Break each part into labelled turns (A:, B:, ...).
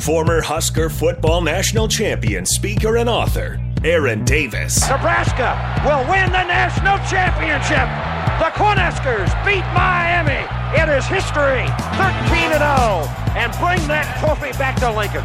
A: Former Husker football national champion, speaker, and author, Aaron Davis.
B: Nebraska will win the national championship. The Cornhuskers beat Miami. It is history. 13 and 0 and bring that trophy back to Lincoln.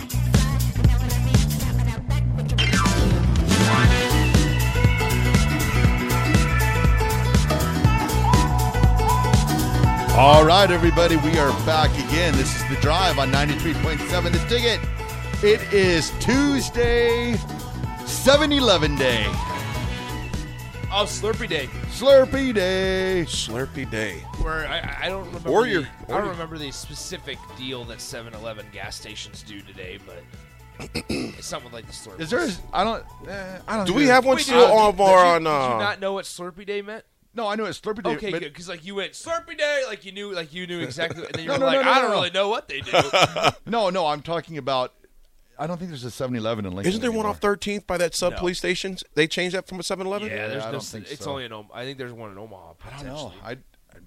C: All right, everybody, we are back again. This is the drive on 93.7 The Ticket. It is Tuesday, 7 Eleven Day,
D: Oh, Slurpee Day.
C: Slurpee Day.
E: Slurpee Day.
D: Where I, I don't remember.
E: Or
D: the,
E: your-
D: I
E: or
D: don't
E: your-
D: remember the specific deal that 7-Eleven gas stations do today, but it's something like the Slurpee.
C: Is there? A, I don't. Eh, I don't.
E: Do
C: know.
E: we have one
D: Wait,
E: still
D: did-
E: on
D: did
E: bar
D: you-
E: or
D: Did
E: nah?
D: you not know what Slurpee Day meant?
C: No, I know it's Slurpee Day.
D: Okay,
C: uh, but-
D: good, because like you went Slurpee Day, like you knew, like you knew exactly, and then you
C: No,
D: were
C: no,
D: like,
C: no, no,
D: I don't
C: no.
D: really know what they do.
C: No, no, I'm talking about. I don't think there's a 7-Eleven in Lincoln.
E: Isn't there one
C: anymore.
E: off 13th by that sub police station? They changed that from a 7 Eleven?
D: yeah, there's
C: I
D: no.
C: don't think
D: it's
C: so.
D: only in. Om- I think there's one in Omaha.
C: I don't know. I, I'm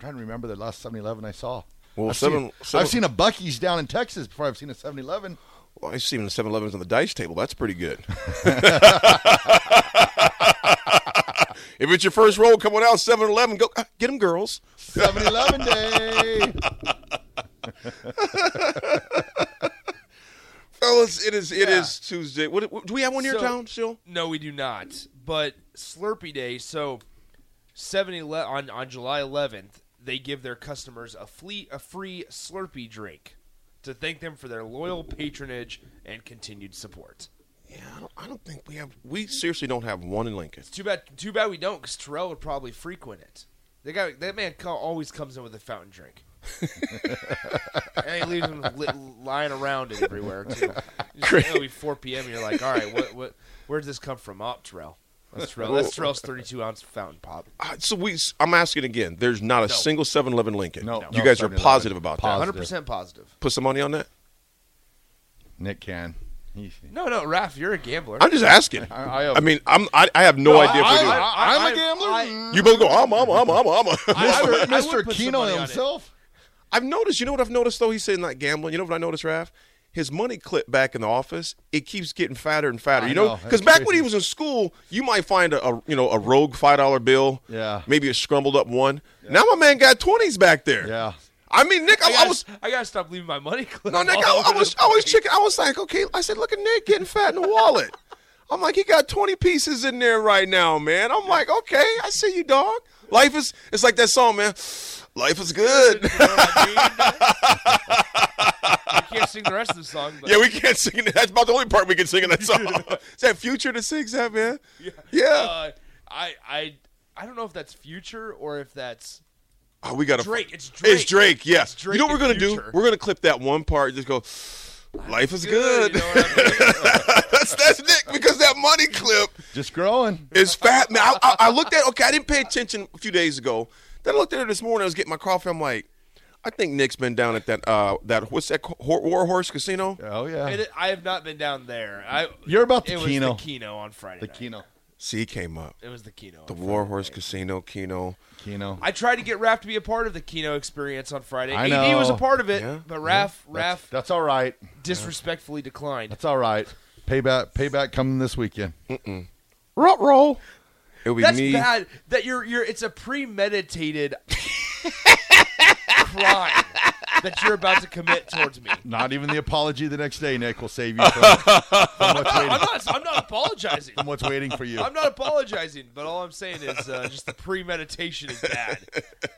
C: trying to remember the last 7-Eleven I saw.
E: Well,
C: I've,
E: seven-
C: seen,
E: seven-
C: I've seen a Bucky's down in Texas before I've seen a 7-Eleven.
E: Well, I see even the 7 Elevens on the dice table. That's pretty good. if it's your first roll coming out, 7 Eleven, go ah, get them, girls.
C: 7-Eleven Day.
E: Fellas, it is It is Tuesday. What, what- do we have one here in
D: So-
E: town still?
D: No, we do not. But Slurpee Day, so 7-Eleven on on July 11th, they give their customers a flea, a free Slurpee drink to thank them for their loyal patronage and continued support.
E: Yeah, I don't, I don't think we have. We seriously don't have one in Lincoln.
D: Too bad, too bad we don't, because Terrell would probably frequent it. They got that man co- always comes in with a fountain drink, and he leaves them li- lying around it everywhere. Too.
E: Great.
D: It'll be 4 p.m. You're like, all right, what, what, where did this come from? Oh, Terrell. That's Terrell. That's Terrell's 32 ounce fountain pop.
E: Ah, So we, I'm asking again. There's not a single 7-Eleven Lincoln.
C: No.
E: you
C: No,
E: guys are
C: 7-Eleven.
E: positive about
C: Positive.
E: that.
D: Hundred percent positive.
E: Put some money on that.
C: Nick can. He,
D: No, no, Raph, you're a gambler.
E: I'm just asking.
C: I- I
E: I,
C: am.
E: mean, I'm, I, I have no idea. if we do.
C: I, am
D: I-
C: a gambler.
D: I-
E: You both go, I'm, I'm, I'm, I'm, I'm.
D: I would- I would
C: Mr.
D: put some
C: Keno
D: money on it.
C: himself.
E: I've noticed, you know what I've noticed though? He said not gambling. You know what I noticed, Raph? His money clip back in the office, it keeps getting fatter and fatter.
C: I
E: you know,
C: know.
E: because
C: It's
E: back
C: crazy.
E: when he was in school, you might find a, a you know a rogue five dollar bill,
C: Yeah.
E: maybe a scrambled up one. Now my man got twenties back there.
C: Yeah.
E: I mean, Nick,
D: I
E: I, I
D: gotta,
E: was
D: I gotta stop leaving my money. clip
E: no, Nick,
D: all
E: I, I
D: over
E: was
D: the
E: I was
D: place.
E: checking. I was like, okay, I said, look at Nick getting fat in the wallet. I'm like, he got 20 pieces in there right now, man. I'm like, okay, I see you, dog. Life is it's like that song, man. Life is good.
D: You know what I mean? I can't sing the rest of the song. But
E: Yeah, we can't sing. it. That's about the only part we can sing in that song. Is that Future that sings that, man? Yeah.
D: Uh, I I I don't know if that's future or if that's
E: oh, we got to
D: Drake. It's Drake.
E: It's Drake. Yes.
D: It's Drake
E: you know what we're
D: in
E: gonna do?
D: Future.
E: We're gonna clip that one part. Just go. Life is good.
D: You know what I mean?
E: that's that's Nick because that money clip
C: Just growing.
E: is fat. Man, I, I, I looked at. Okay, I didn't pay attention a few days ago. Then I looked at it this morning. I was getting my coffee. I'm like, I think Nick's been down at that uh that what's that co- Ho- War Horse Casino?
C: Oh yeah.
D: It, I have not been down there. I
C: You're about the
D: it
C: Keno.
D: was the Kino on Friday.
C: The
D: night.
C: Kino.
E: See, he came up.
D: It was the Kino.
E: The
D: on Friday.
E: War Horse Casino, Kino.
C: Kino.
D: I tried to get Raph to be a part of the Kino experience on Friday.
C: I
D: AD
C: know.
D: was a part of it,
E: Yeah,
D: but Raph
C: That's,
D: Raph
C: that's all right.
D: disrespectfully declined.
C: That's all right. Payback. Payback coming this weekend.
E: Roll, roll. It'll be
D: That's
E: me.
D: bad. That you're you're it's a premeditated crime that you're about to commit towards me.
C: Not even the apology the next day, Nick, will save you from, from what's
D: I'm
C: waiting.
D: not I'm not apologizing.
C: From what's waiting for you.
D: I'm not apologizing, but all I'm saying is uh, just the premeditation is bad.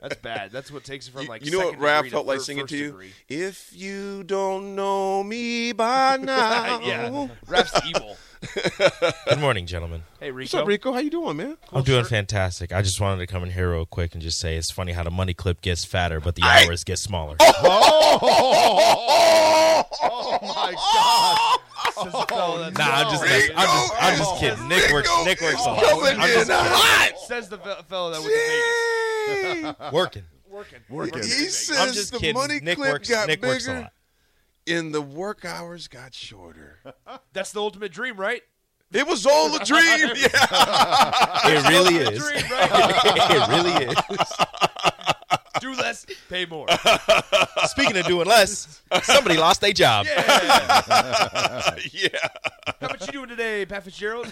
D: That's bad. That's what takes it from
E: You-
D: like
E: you know what
D: second
E: Raph
D: degree
E: felt like
D: fir-
E: singing
D: first
E: to you?
D: degree.
E: If you don't know me by now.
D: yeah,
E: What's
D: Raph's evil.
F: Good morning, gentlemen.
D: Hey Rico,
E: up, Rico? How you doing, man?
F: I'm doing fantastic. I just wanted to come in here real quick and just say it's funny how the money clip gets fatter, but the hours get smaller.
C: oh my
E: Oh!
C: God.
F: nah, I'm just,
E: Rico
F: I'm just, I'm just
E: is-
F: kidding. Nick works,
E: Rico
F: Nick works a
E: is coming
F: lot.
E: in hot.
D: says the fe- fellow that was
E: Dang.
F: Working.
D: working.
C: Working.
E: He
F: I'm
E: says
F: just
E: the money
F: kidding. Nick
E: clip
F: works,
E: got
F: Nick works a
E: bigger
F: lot.
E: and the work hours got shorter.
D: That's the ultimate dream, right?
E: It was all a dream. Yeah.
F: It really
D: The
F: is.
D: dream, right?
F: it really is.
D: Do less, pay more.
F: Speaking of doing less, somebody lost their job.
D: Yeah.
E: yeah.
D: How about you doing today, Pat Fitzgerald?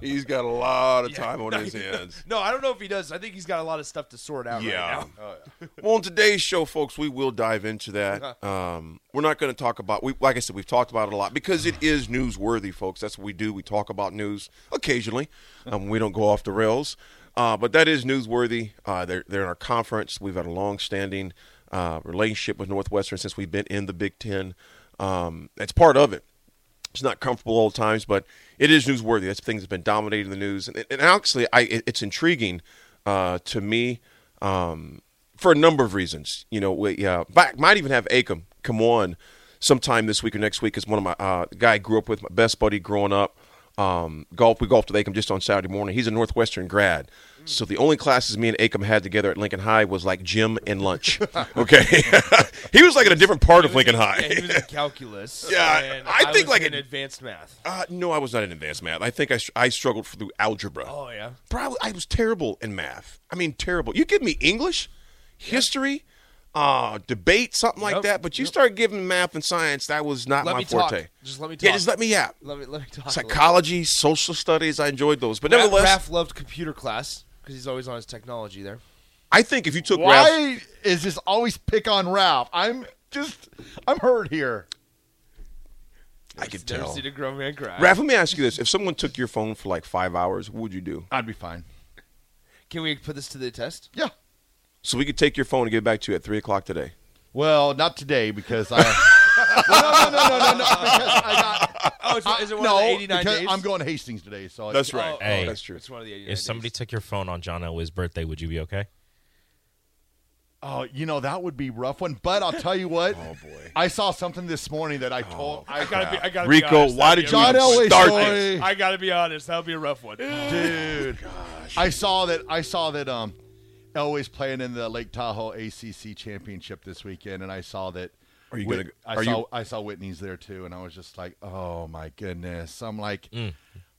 E: He's got a lot of time on his hands.
D: No, I don't know if he does. I think he's got a lot of stuff to sort out
E: Yeah.
D: right now.
E: Well, on today's show, folks, we will dive into that.
D: Uh-huh.
E: Um, we're not going to talk about we like I said, we've talked about it a lot because it is newsworthy, folks. That's what we do. We talk about news occasionally.
D: Uh-huh.
E: Um, we don't go off the rails, uh, but that is newsworthy. Uh, they're they're in our conference. We've had a long-standing uh, relationship with Northwestern since we've been in the Big Ten. Um, it's part of it it's not comfortable all the times, but it is newsworthy. That's things have been dominating the news, and, and actually, I it, it's intriguing uh, to me um, for a number of reasons. You know, we uh, back, might even have Acom come on sometime this week or next week. Is one of my uh, the guy I grew up with, my best buddy growing up. Um, golf, we golfed with Acom just on Saturday morning. He's a Northwestern grad, so the only classes me and Acom had together at Lincoln High was like gym and lunch. Okay, he was like in a different part of Lincoln High.
D: Yeah, he was in calculus.
E: Yeah,
D: and
E: I think
D: was
E: like
D: in
E: a-
D: advanced math.
E: Uh, no, I was not in advanced math. I think I, str- I struggled through algebra.
D: Oh yeah.
E: Probably I was terrible in math. I mean, terrible. You give me English, history, uh, debate, something like
D: Yep,
E: that. But you
D: yep.
E: start giving math and science, that was not
D: Let
E: my
D: me talk.
E: forte.
D: Just let me
E: Yeah,
D: talk.
E: just let me yap.
D: Let me let me talk. a little.
E: Psychology, social studies, I enjoyed those. But
D: Ra-
E: nevertheless,
D: Raph loved computer class because he's always on his technology there.
E: I think if you took Ralph,
C: Why is this always pick on Ralph? I'm just, I'm hurt here.
E: I could
D: Never
E: tell.
D: seen a grown man cry.
E: Raph, let me ask you this: If someone took your phone for like five hours, what would you do?
C: I'd be fine.
D: Can we put this to the test?
C: Yeah.
E: So we could take your phone and get back to you at three o'clock today.
C: Well, not today because I. Well, no, no, no, no, no, no. Because I got,
D: Oh, it's, is it one of the
C: no,
D: 89
C: because
D: days?
C: I'm going to Hastings today, so
E: That's
C: I,
E: right.
D: Oh,
F: Hey.
E: that's true.
D: It's one of the 89
F: If somebody
D: days.
F: took your phone on John Elway's birthday, would you be okay?
C: Oh, you know that would be a rough one. But I'll tell you what. Oh boy. Oh, I saw something this morning that I told. I
D: gotta be, I gotta be
E: Rico,
D: honest,
E: why
D: that'd
E: did
D: be
E: you
D: a
C: John
D: rough
C: Elway
E: start
C: story.
E: this?
D: one. I gotta be honest. That'll be a rough one.
C: dude. I saw that. I saw that. Um, Elway's playing in the Lake Tahoe ACC championship this weekend, and I saw that.
E: Are you
C: Whit-
E: gonna-
C: I
E: are
C: saw.
E: you-
C: I saw Whitney's there too, and I was just like, oh my goodness. I'm like,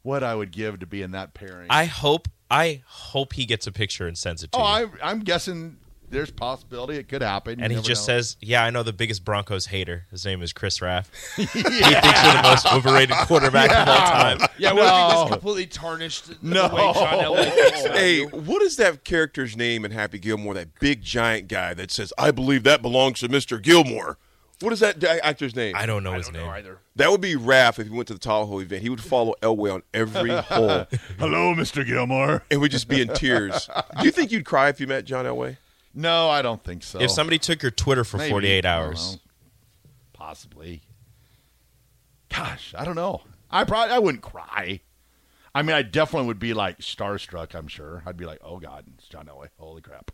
C: what I would give to be in that pairing.
F: Mm. I hope, I hope he gets a picture and sends it to
C: oh,
F: you.
C: I, I'm guessing there's possibility it could happen. You
F: and he
C: never
F: just
C: know.
F: says, "Yeah, I know the biggest Broncos hater. His name is Chris Raff. He thinks you're the most overrated quarterback of all time."
D: Yeah, well, I think
E: Oh.
C: No.
D: this completely tarnished
C: No.
D: the way John Elway thinks about
E: Hey,
D: you.
E: what is that character's name in Happy Gilmore? That big giant guy that says, "I believe that belongs to Mr. Gilmore." What is that di- actor's name?
F: I don't know his
D: I don't
F: name.
D: know either.
E: That would be Raph if he went to the Tahoe event. He would follow Elway on every hole
C: "Hello, Mr. Gilmore."
E: and would just be in tears. Do you think you'd cry if you met John Elway?
C: No, I don't think so.
E: Oh.
F: If somebody took your Twitter for
C: Maybe.
F: 48
C: I don't
F: hours.
C: know. possibly. Gosh, I don't know. I probably I wouldn't cry. I mean, I definitely would be like starstruck. I'm sure. I'd be like, oh god, it's John Elway. Holy crap.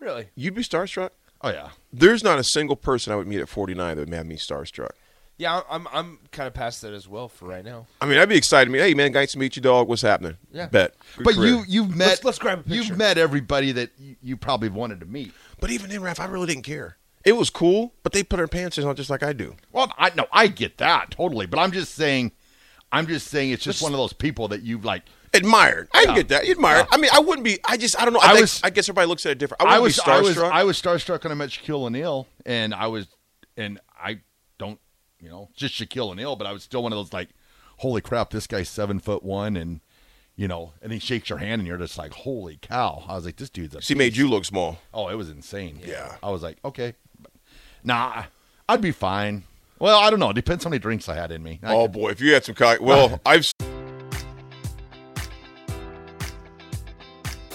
D: Really?
E: You'd be starstruck.
C: Oh yeah.
E: There's not a single person I would meet at 49 that would have me starstruck.
D: Yeah, I- I'm I'm kind of past that as well for right now.
E: I mean, I'd be excited. to meet- Hey, man, nice to meet you, dog. What's happening?
D: Yeah.
E: Bet. Good
C: but
E: career.
C: you you've met
D: Let's- let's grab a picture.
C: You've met everybody that you, you probably wanted to meet.
E: But even then, Raph, I really didn't care. It was cool, but they put their pants on just like I do.
C: Well, I no, I get that totally, but I'm just saying, I'm just saying, it's just one of those people that you've like.
E: Admired. I
C: Yeah.
E: can get that. You admire. I mean, I wouldn't be. I just. I don't know. I,
C: I
E: think-
C: was-
E: I guess everybody looks at it different. I
C: I
E: wouldn't
C: was,
E: be
C: I was,
E: starstruck.
C: I was starstruck when I met Shaquille O'Neal, and I was, and I don't, you know, just Shaquille O'Neal, but I was still one of those like, holy crap, this guy's seven foot one, and you know, and he shakes your hand, and you're just like, holy cow! I was like, this dude's a.
E: she made you look small.
C: Oh, it was insane.
E: Yeah.
C: I was like, okay, nah, I'd be fine. Well, I don't know. It depends how many drinks I had in me. I
E: Oh boy, if you had some cock. Well, I've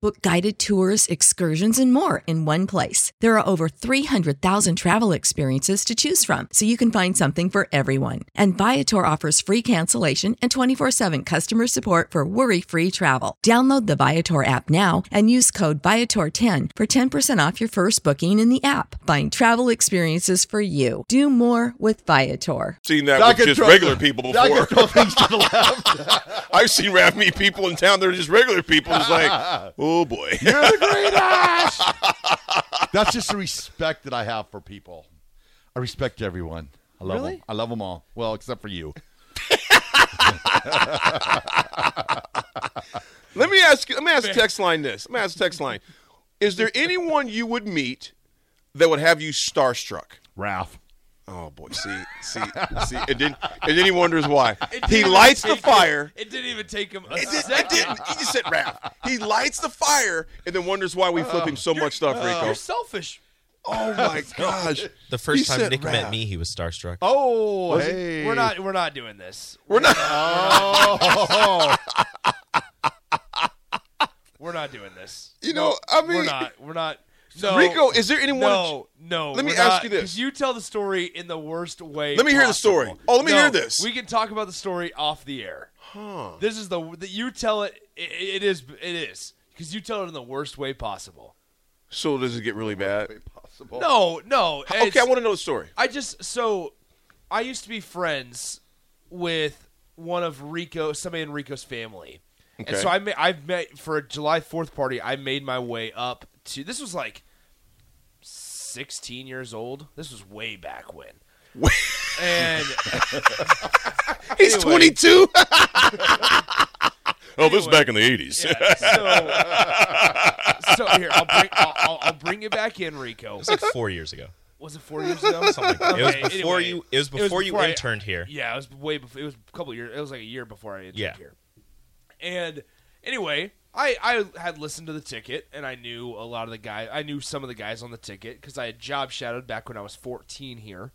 G: Book guided tours, excursions, and more in one place. There are over 300,000 travel experiences to choose from, so you can find something for everyone. And Viator offers free cancellation and 24 7 customer support for worry free travel. Download the Viator app now and use code Viator10 for 10% off your first booking in the app. Find travel experiences for you. Do more with Viator.
E: seen that
C: I
E: with
C: could
E: just
C: throw-
E: regular people
C: I could
E: before.
C: throw things to the left.
E: I've seen Raph meet people in town. They're just regular people. It's like, oh boy.
C: You're the greatest.
E: Oh.
C: That's just the respect that I have for people. I respect everyone. I love
D: Really?
C: them. I love them all. Well, except for you.
E: Let me ask. Let me ask the text line this. Let me ask the text line. Is there anyone you would meet that would have you starstruck?
C: Ralph.
E: Oh boy, see, see, see, and then and then he wonders why. He lights the fire.
D: It didn't even take him a
E: It didn't,
D: second.
E: it didn't. He just said Raph. He lights the fire and then wonders why we flip him so much stuff, Rico.
D: Oh. You're selfish.
E: Oh my gosh.
F: The first
E: He
F: time
E: said
F: Nick
E: Raph.
F: met me, he was starstruck.
C: Oh, hey.
D: We're not. We're not doing this.
E: We're not.
C: Oh,
D: We're not doing this.
E: You know, I mean,
D: We're not. We're not. No,
E: Rico, is there anyone?
D: No, no.
E: Let me
D: we're
E: ask
D: not,
E: you this.
D: 'cause You tell the story in the worst way.
E: Let me hear the
D: possible.
E: story. Oh, let me
D: No,
E: hear this.
D: We can talk about the story off the air. Huh. This is the that you tell it. It, it is. It is because you tell it in the worst way possible.
E: So does it get really bad?
D: No, no. it's-
E: Okay, I want to know the story.
D: I just so I used to be friends with one of Rico, somebody in Rico's family, And so I ma- I've met for a July Fourth party. I made my way up to. This was like sixteen years old. This was way back when. and
E: He's
D: Anyway.
E: 22. Oh, this is back in the 80s.
D: Yeah, so, so here, I'll bring, I'll, I'll, I'll bring you back in, Rico. It
F: was like four years ago.
D: Was it four years ago?
F: Something like that. It was before you- it was before you
D: I-
F: interned here.
D: Yeah, it was way before. It was a couple years. It was like a year before I interned
F: Yeah.
D: here. And anyway, I I had listened to the ticket, and I knew a lot of the guys. I knew some of the guys on the ticket because I had job shadowed back when I was 14 here.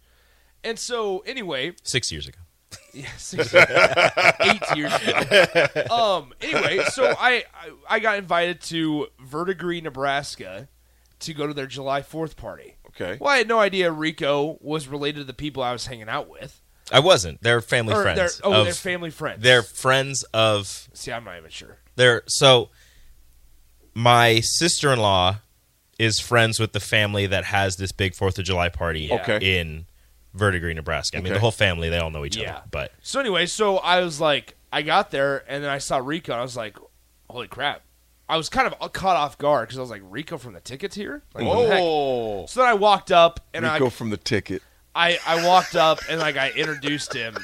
D: And so anyway,
F: Six years ago.
D: yeah, six years ago. eight years ago. Um. Anyway, so I, I I got invited to Verdigris, Nebraska, to go to their July Fourth party.
E: Okay.
D: Well, I had no idea Rico was related to the people I was hanging out with.
F: I wasn't. They're family
D: Or
F: friends.
D: they're- oh,
F: of-
D: they're family friends.
F: They're friends of.
D: See, I'm not even sure.
F: They're so. My sister in law is friends with the family that has this big Fourth of July party
D: Yeah. Okay.
F: in Verdigris, Nebraska. I mean,
D: Okay.
F: the whole family they all know each
D: Yeah.
F: other. But
D: So anyway, so I was like, I got there and then I saw Rico and I was like, holy crap. I was kind of caught off guard because I was like, Rico from the tickets here? Like, what the heck?
E: Whoa.
D: So then I walked up and I
E: Rico from the ticket.
D: I, I walked up and like I introduced him,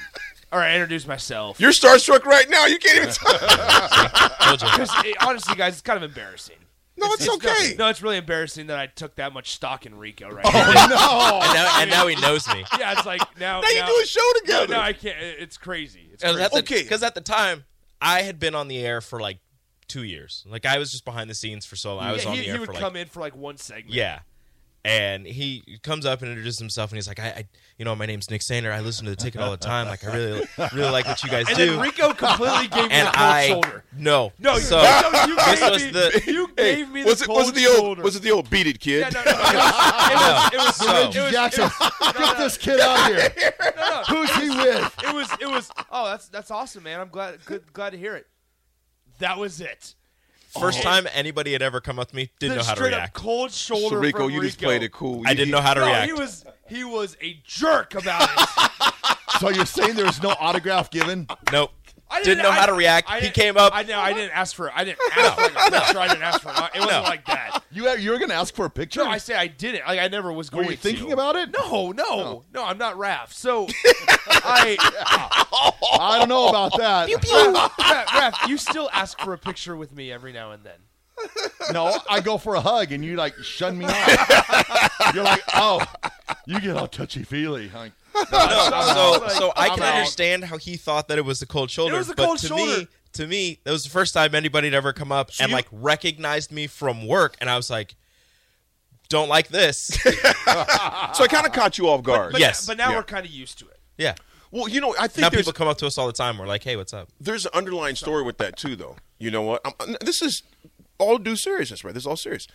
D: or I introduced myself.
E: You're starstruck right now. You can't even tell.
D: 'Cause it- honestly, guys, it's kind of embarrassing.
E: No, it's,
D: okay. No, it's really embarrassing that I took that much stock in Rico
E: Oh,
D: right
F: no.
D: now.
F: And now- and now he knows me.
D: Yeah, it's like now
F: Now you do a show together.
D: No, no, I can't. it- It's crazy. It's
F: And
D: crazy.
F: at the, okay, because at the time I had been on the air for like two years. Like I was just behind the scenes for so long. I was
D: yeah,
F: on
D: he,
F: the
D: he
F: air
D: would
F: for like
D: come in for like one segment.
F: Yeah. And he comes up and introduces himself, and he's like, I, I you know, my name's Nick Sander. I listen to the ticket all the time. Like, I really, really like what you guys
D: and
F: do.
D: Then Rico completely gave me
F: and
D: the cold
F: I,
D: shoulder.
F: No.
D: No, you-
F: so
D: no, you
F: this
D: gave
F: was
D: me-
F: the.
D: you
E: Hey,
D: gave me
E: was
D: the
E: it was it
D: cold
E: the old
D: shoulder.
E: was it the old beat it kid?
D: It was, it was, it was,
H: Jackson, get this kid out of here. Who's he with?
D: It was it was oh that's that's awesome man I'm glad good, glad to hear it. That was it.
F: First
D: Oh.
F: time anybody had ever come up to me, didn't
D: The
F: know how to
D: straight up
F: react.
D: cold shoulder So, Rico, from you just Rico. played it cool.
F: I didn't know how to
D: no,
F: react.
D: He was he was a jerk about it.
C: So you're saying there was no autograph given?
F: Nope.
D: I
F: Didn't know how to react. He
D: didn't-
F: came up-
D: I know I didn't ask for I didn't ask for like a picture. I didn't ask for it. It wasn't
C: No.
D: like that.
C: You you were gonna ask for a picture?
D: No, I say I didn't. Like I never was
C: Were
D: going.
C: you thinking
D: to.
C: about it?
D: No, no, no, I'm not Raph. So I
C: I don't know about that.
D: Raph, Raph, you still ask for a picture with me every now and then.
C: No, I go for a hug and you like shun me out. You're like, oh, you get all touchy feely.
F: so, so I can understand how he thought that it was the cold shoulder.
C: was the
F: but
C: cold
F: to
C: shoulder.
F: me, to me, that was the first time anybody had ever come up and like recognized me from work, and I was like, "Don't like this." so
E: I kind of caught you off guard.
F: But, yes,
D: but now we're kind of used to it.
F: yeah.
E: Well, you know, I think
F: now
E: there's-
F: people come up to us all the time. We're like, "Hey, what's up?"
E: There's an underlying story with that too, though. You know what? I'm, this is all due seriousness, right? This is all serious.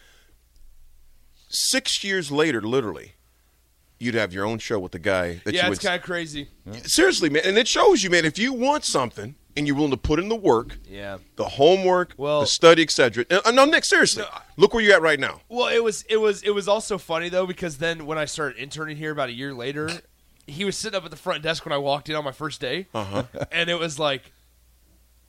E: Six years later, literally, you'd have your own show with the guy that
D: yeah,
E: you
D: it's
E: would
D: kind of crazy.
E: seriously, man, and it shows you, man. If you want something and you're willing to put in the work,
D: Yeah.
E: the homework, the study, etc. Uh, No, Nick, seriously, look where you're at right now.
D: Well, it was it was it was also funny though because then when I started interning here about a year later, he was sitting up at the front desk when I walked in on my first day,
E: Uh-huh.
D: and it was like,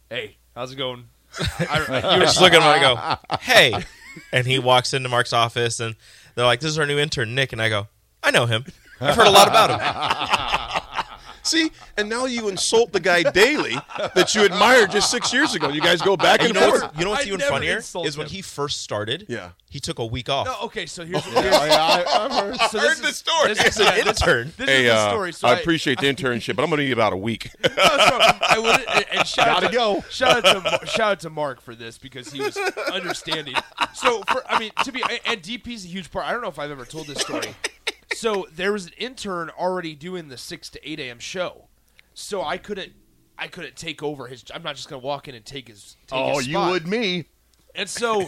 D: "Hey, how's it going?"
F: you were just looking at him and I go, "Hey," and he walks into Mark's office, and they're like, "This is our new intern, Nick," and I go, "I know him. I've heard a lot about him."
E: See, and now you insult the guy daily that you admired just six years ago. You guys go back and,
F: you know
E: forth.
F: What's, you know what's even funnier is
D: insult
F: when
D: him.
F: he first started. Yeah, he took a week off.
D: No, okay, so here's,
F: Yeah,
D: here's
F: I- I- I've
E: heard-
D: so this
E: heard the story.
D: This is, yeah, this, this is
E: hey,
D: the
E: uh,
D: story. So
E: I appreciate the internship, but I'm going to need about a week.
D: I would and, and shout out
E: Gotta
D: to,
E: go.
D: Shout out to Mar- shout out to Mark for this because he was understanding. So for I mean to be and DP's a huge part. I don't know if I've ever told this story. So there was an intern already doing the six to eight a.m. show, so I couldn't I couldn't take over his. I'm not just gonna walk in and take his. Take
C: Oh,
D: his
C: you
D: spot.
C: would me.
D: And so,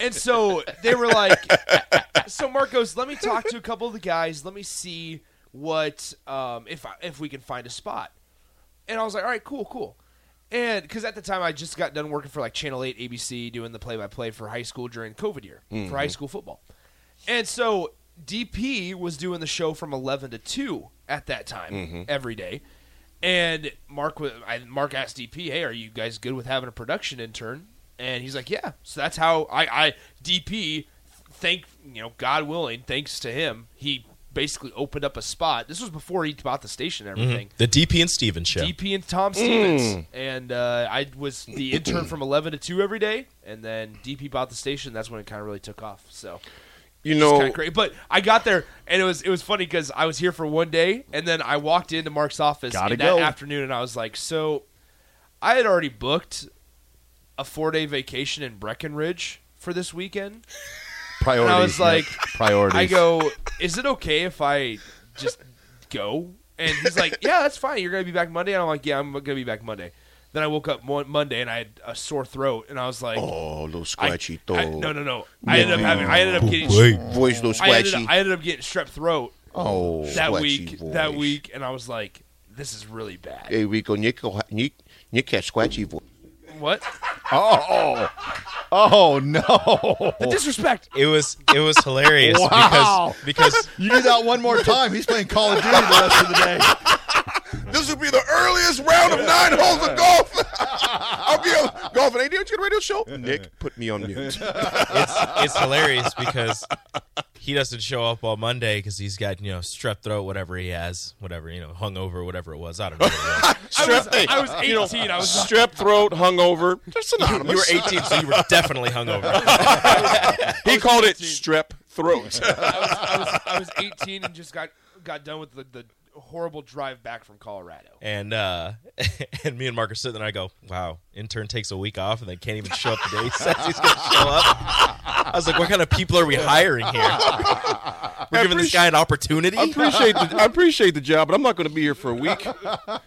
D: and so they were like, so Marcos, let me talk to a couple of the guys. Let me see what um, if I, if we can find a spot. And I was like, all right, cool, cool. And because at the time I just got done working for like Channel Eight ABC doing the play by play for high school during COVID year for high
I: Mhm.
D: school football. And so DP was doing the show from eleven to two at that time
I: Mhm.
D: every day. And Mark, wa- I- Mark asked DP, "Hey, are you guys good with having a production intern?" And he's like, "Yeah." So that's how I, I DP, thank you know, God willing, thanks to him, he basically opened up a spot. This was before he bought the station and everything.
F: Mhm. The DP and Steven show.
D: DP and Tom Stevens, and uh, I was the intern from eleven to two every day, and then DP bought the station. That's when it kind of really took off. So,
E: You
D: It's
E: know-
D: kinda great. But I got there, and it was it was funny because I was here for one day, and then I walked into Mark's office
C: Gotta
D: in
C: go.
D: that afternoon, and I was like, so I had already booked a four day vacation in Breckenridge for this weekend.
C: Priorities.
D: And I was
C: Nick.
D: like,
C: priorities.
D: I go, is it okay if I just go? And he's like, yeah, that's fine. You're gonna be back Monday. And I'm like, yeah, I'm gonna be back Monday. Then I woke up Mo- Monday and I had a sore throat, and I was like,
E: Oh, little
D: I-
E: scratchy
D: I-
E: throat.
D: no, no, no. I ended up having. I ended up getting
E: Wait. Voice little
D: I ended
E: scratchy.
D: up, I ended up getting strep throat.
E: Oh,
D: that
E: scratchy
D: week, that
E: voice.
D: week, and I was like, this is really bad.
E: Hey, Rico, Nick, oh, Nick, Nick has scratchy voice.
D: What?
C: Oh, oh no!
E: Oh.
D: The disrespect.
F: It was it was hilarious
C: Wow.
F: because because
C: you do that one more time, he's playing Call of Duty the rest of the day.
E: This would be the earliest round of nine holes of golf. I'll be on golf and ADHD radio show. Nick, put me on mute.
F: it's it's hilarious because he doesn't show up on Monday because he's got you know strep throat, whatever he has, whatever you know, hungover, whatever it was. I don't know. What it was.
E: Strep- hey,
D: I was
E: you know,
D: 18, I was-
E: strep throat, hungover. They're
F: you were
E: synonymous.
F: 18, so you were definitely hungover.
E: he called it strep throat.
D: I was, I was, I was 18 and just got got done with the, the horrible drive back from Colorado.
F: And uh, and me and Mark are sitting there. I go, wow, intern takes a week off and they can't even show up the day he says he's going to show up. I was like, what kind of people are we hiring here? We're giving this guy an opportunity.
E: I appreciate the, I appreciate the job, but I'm not going to be here for a week. I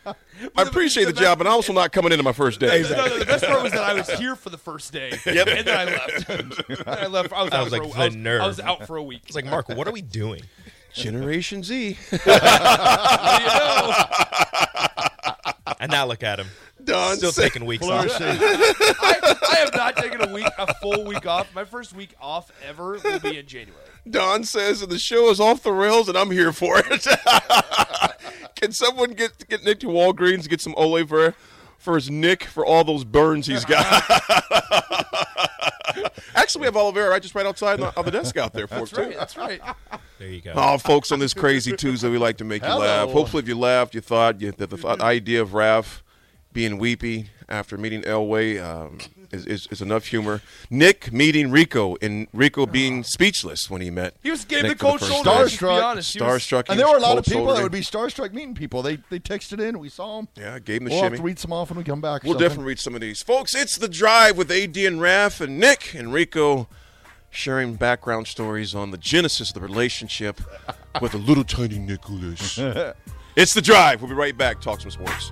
E: appreciate the job, but I'm also not coming into my first day.
D: No, no, the best part was that I was here for the first day,
E: Yep.
D: and then I left. Then I left. I was,
F: I
D: out
F: was
D: for
F: like,
D: a,
F: the
D: I was,
F: nerve.
D: I was out for a week.
F: It's like, Mark, what are we doing?
E: Generation Z.
F: And now look at him.
E: Done.
F: Still taking weeks off.
D: I, I have not taken a week, a full week off. My first week off ever will be in January.
E: Don says that the show is off the rails, and I'm here for it. Can someone get get Nick to Walgreens to get some Ole for for his Nick for all those burns he's got? Actually, we have aloe vera right just right outside on on the desk out there for
D: That's
E: him, too.
D: right. That's right.
F: There you go.
E: Oh, folks, on this crazy Tuesday, we like to make you
F: Hello.
E: laugh. Hopefully, if you laughed, you thought you, that the thought, idea of Raf being weepy after meeting Elway um, is, is, is enough humor. Nick meeting Rico and Rico being speechless when he met.
D: He was gave the
E: Nick for
D: cold
E: first
D: shoulder,
E: time.
D: let's just be honest. He was-
E: Starstruck. he
C: And there
E: was
C: were a lot of
E: cold
C: people that
E: shouldering.
C: would be starstruck meeting people. They they texted in. We saw them.
E: Yeah, gave him the
C: we'll have
E: shimmy.
C: to read some off when we come back. or
E: We'll
C: something.
E: definitely read some of these. Folks, it's The Drive with AD and Raf and Nick and Rico sharing background stories on the genesis of the relationship with a little tiny Nicholas. it's The Drive. We'll be right back. Talk some sports.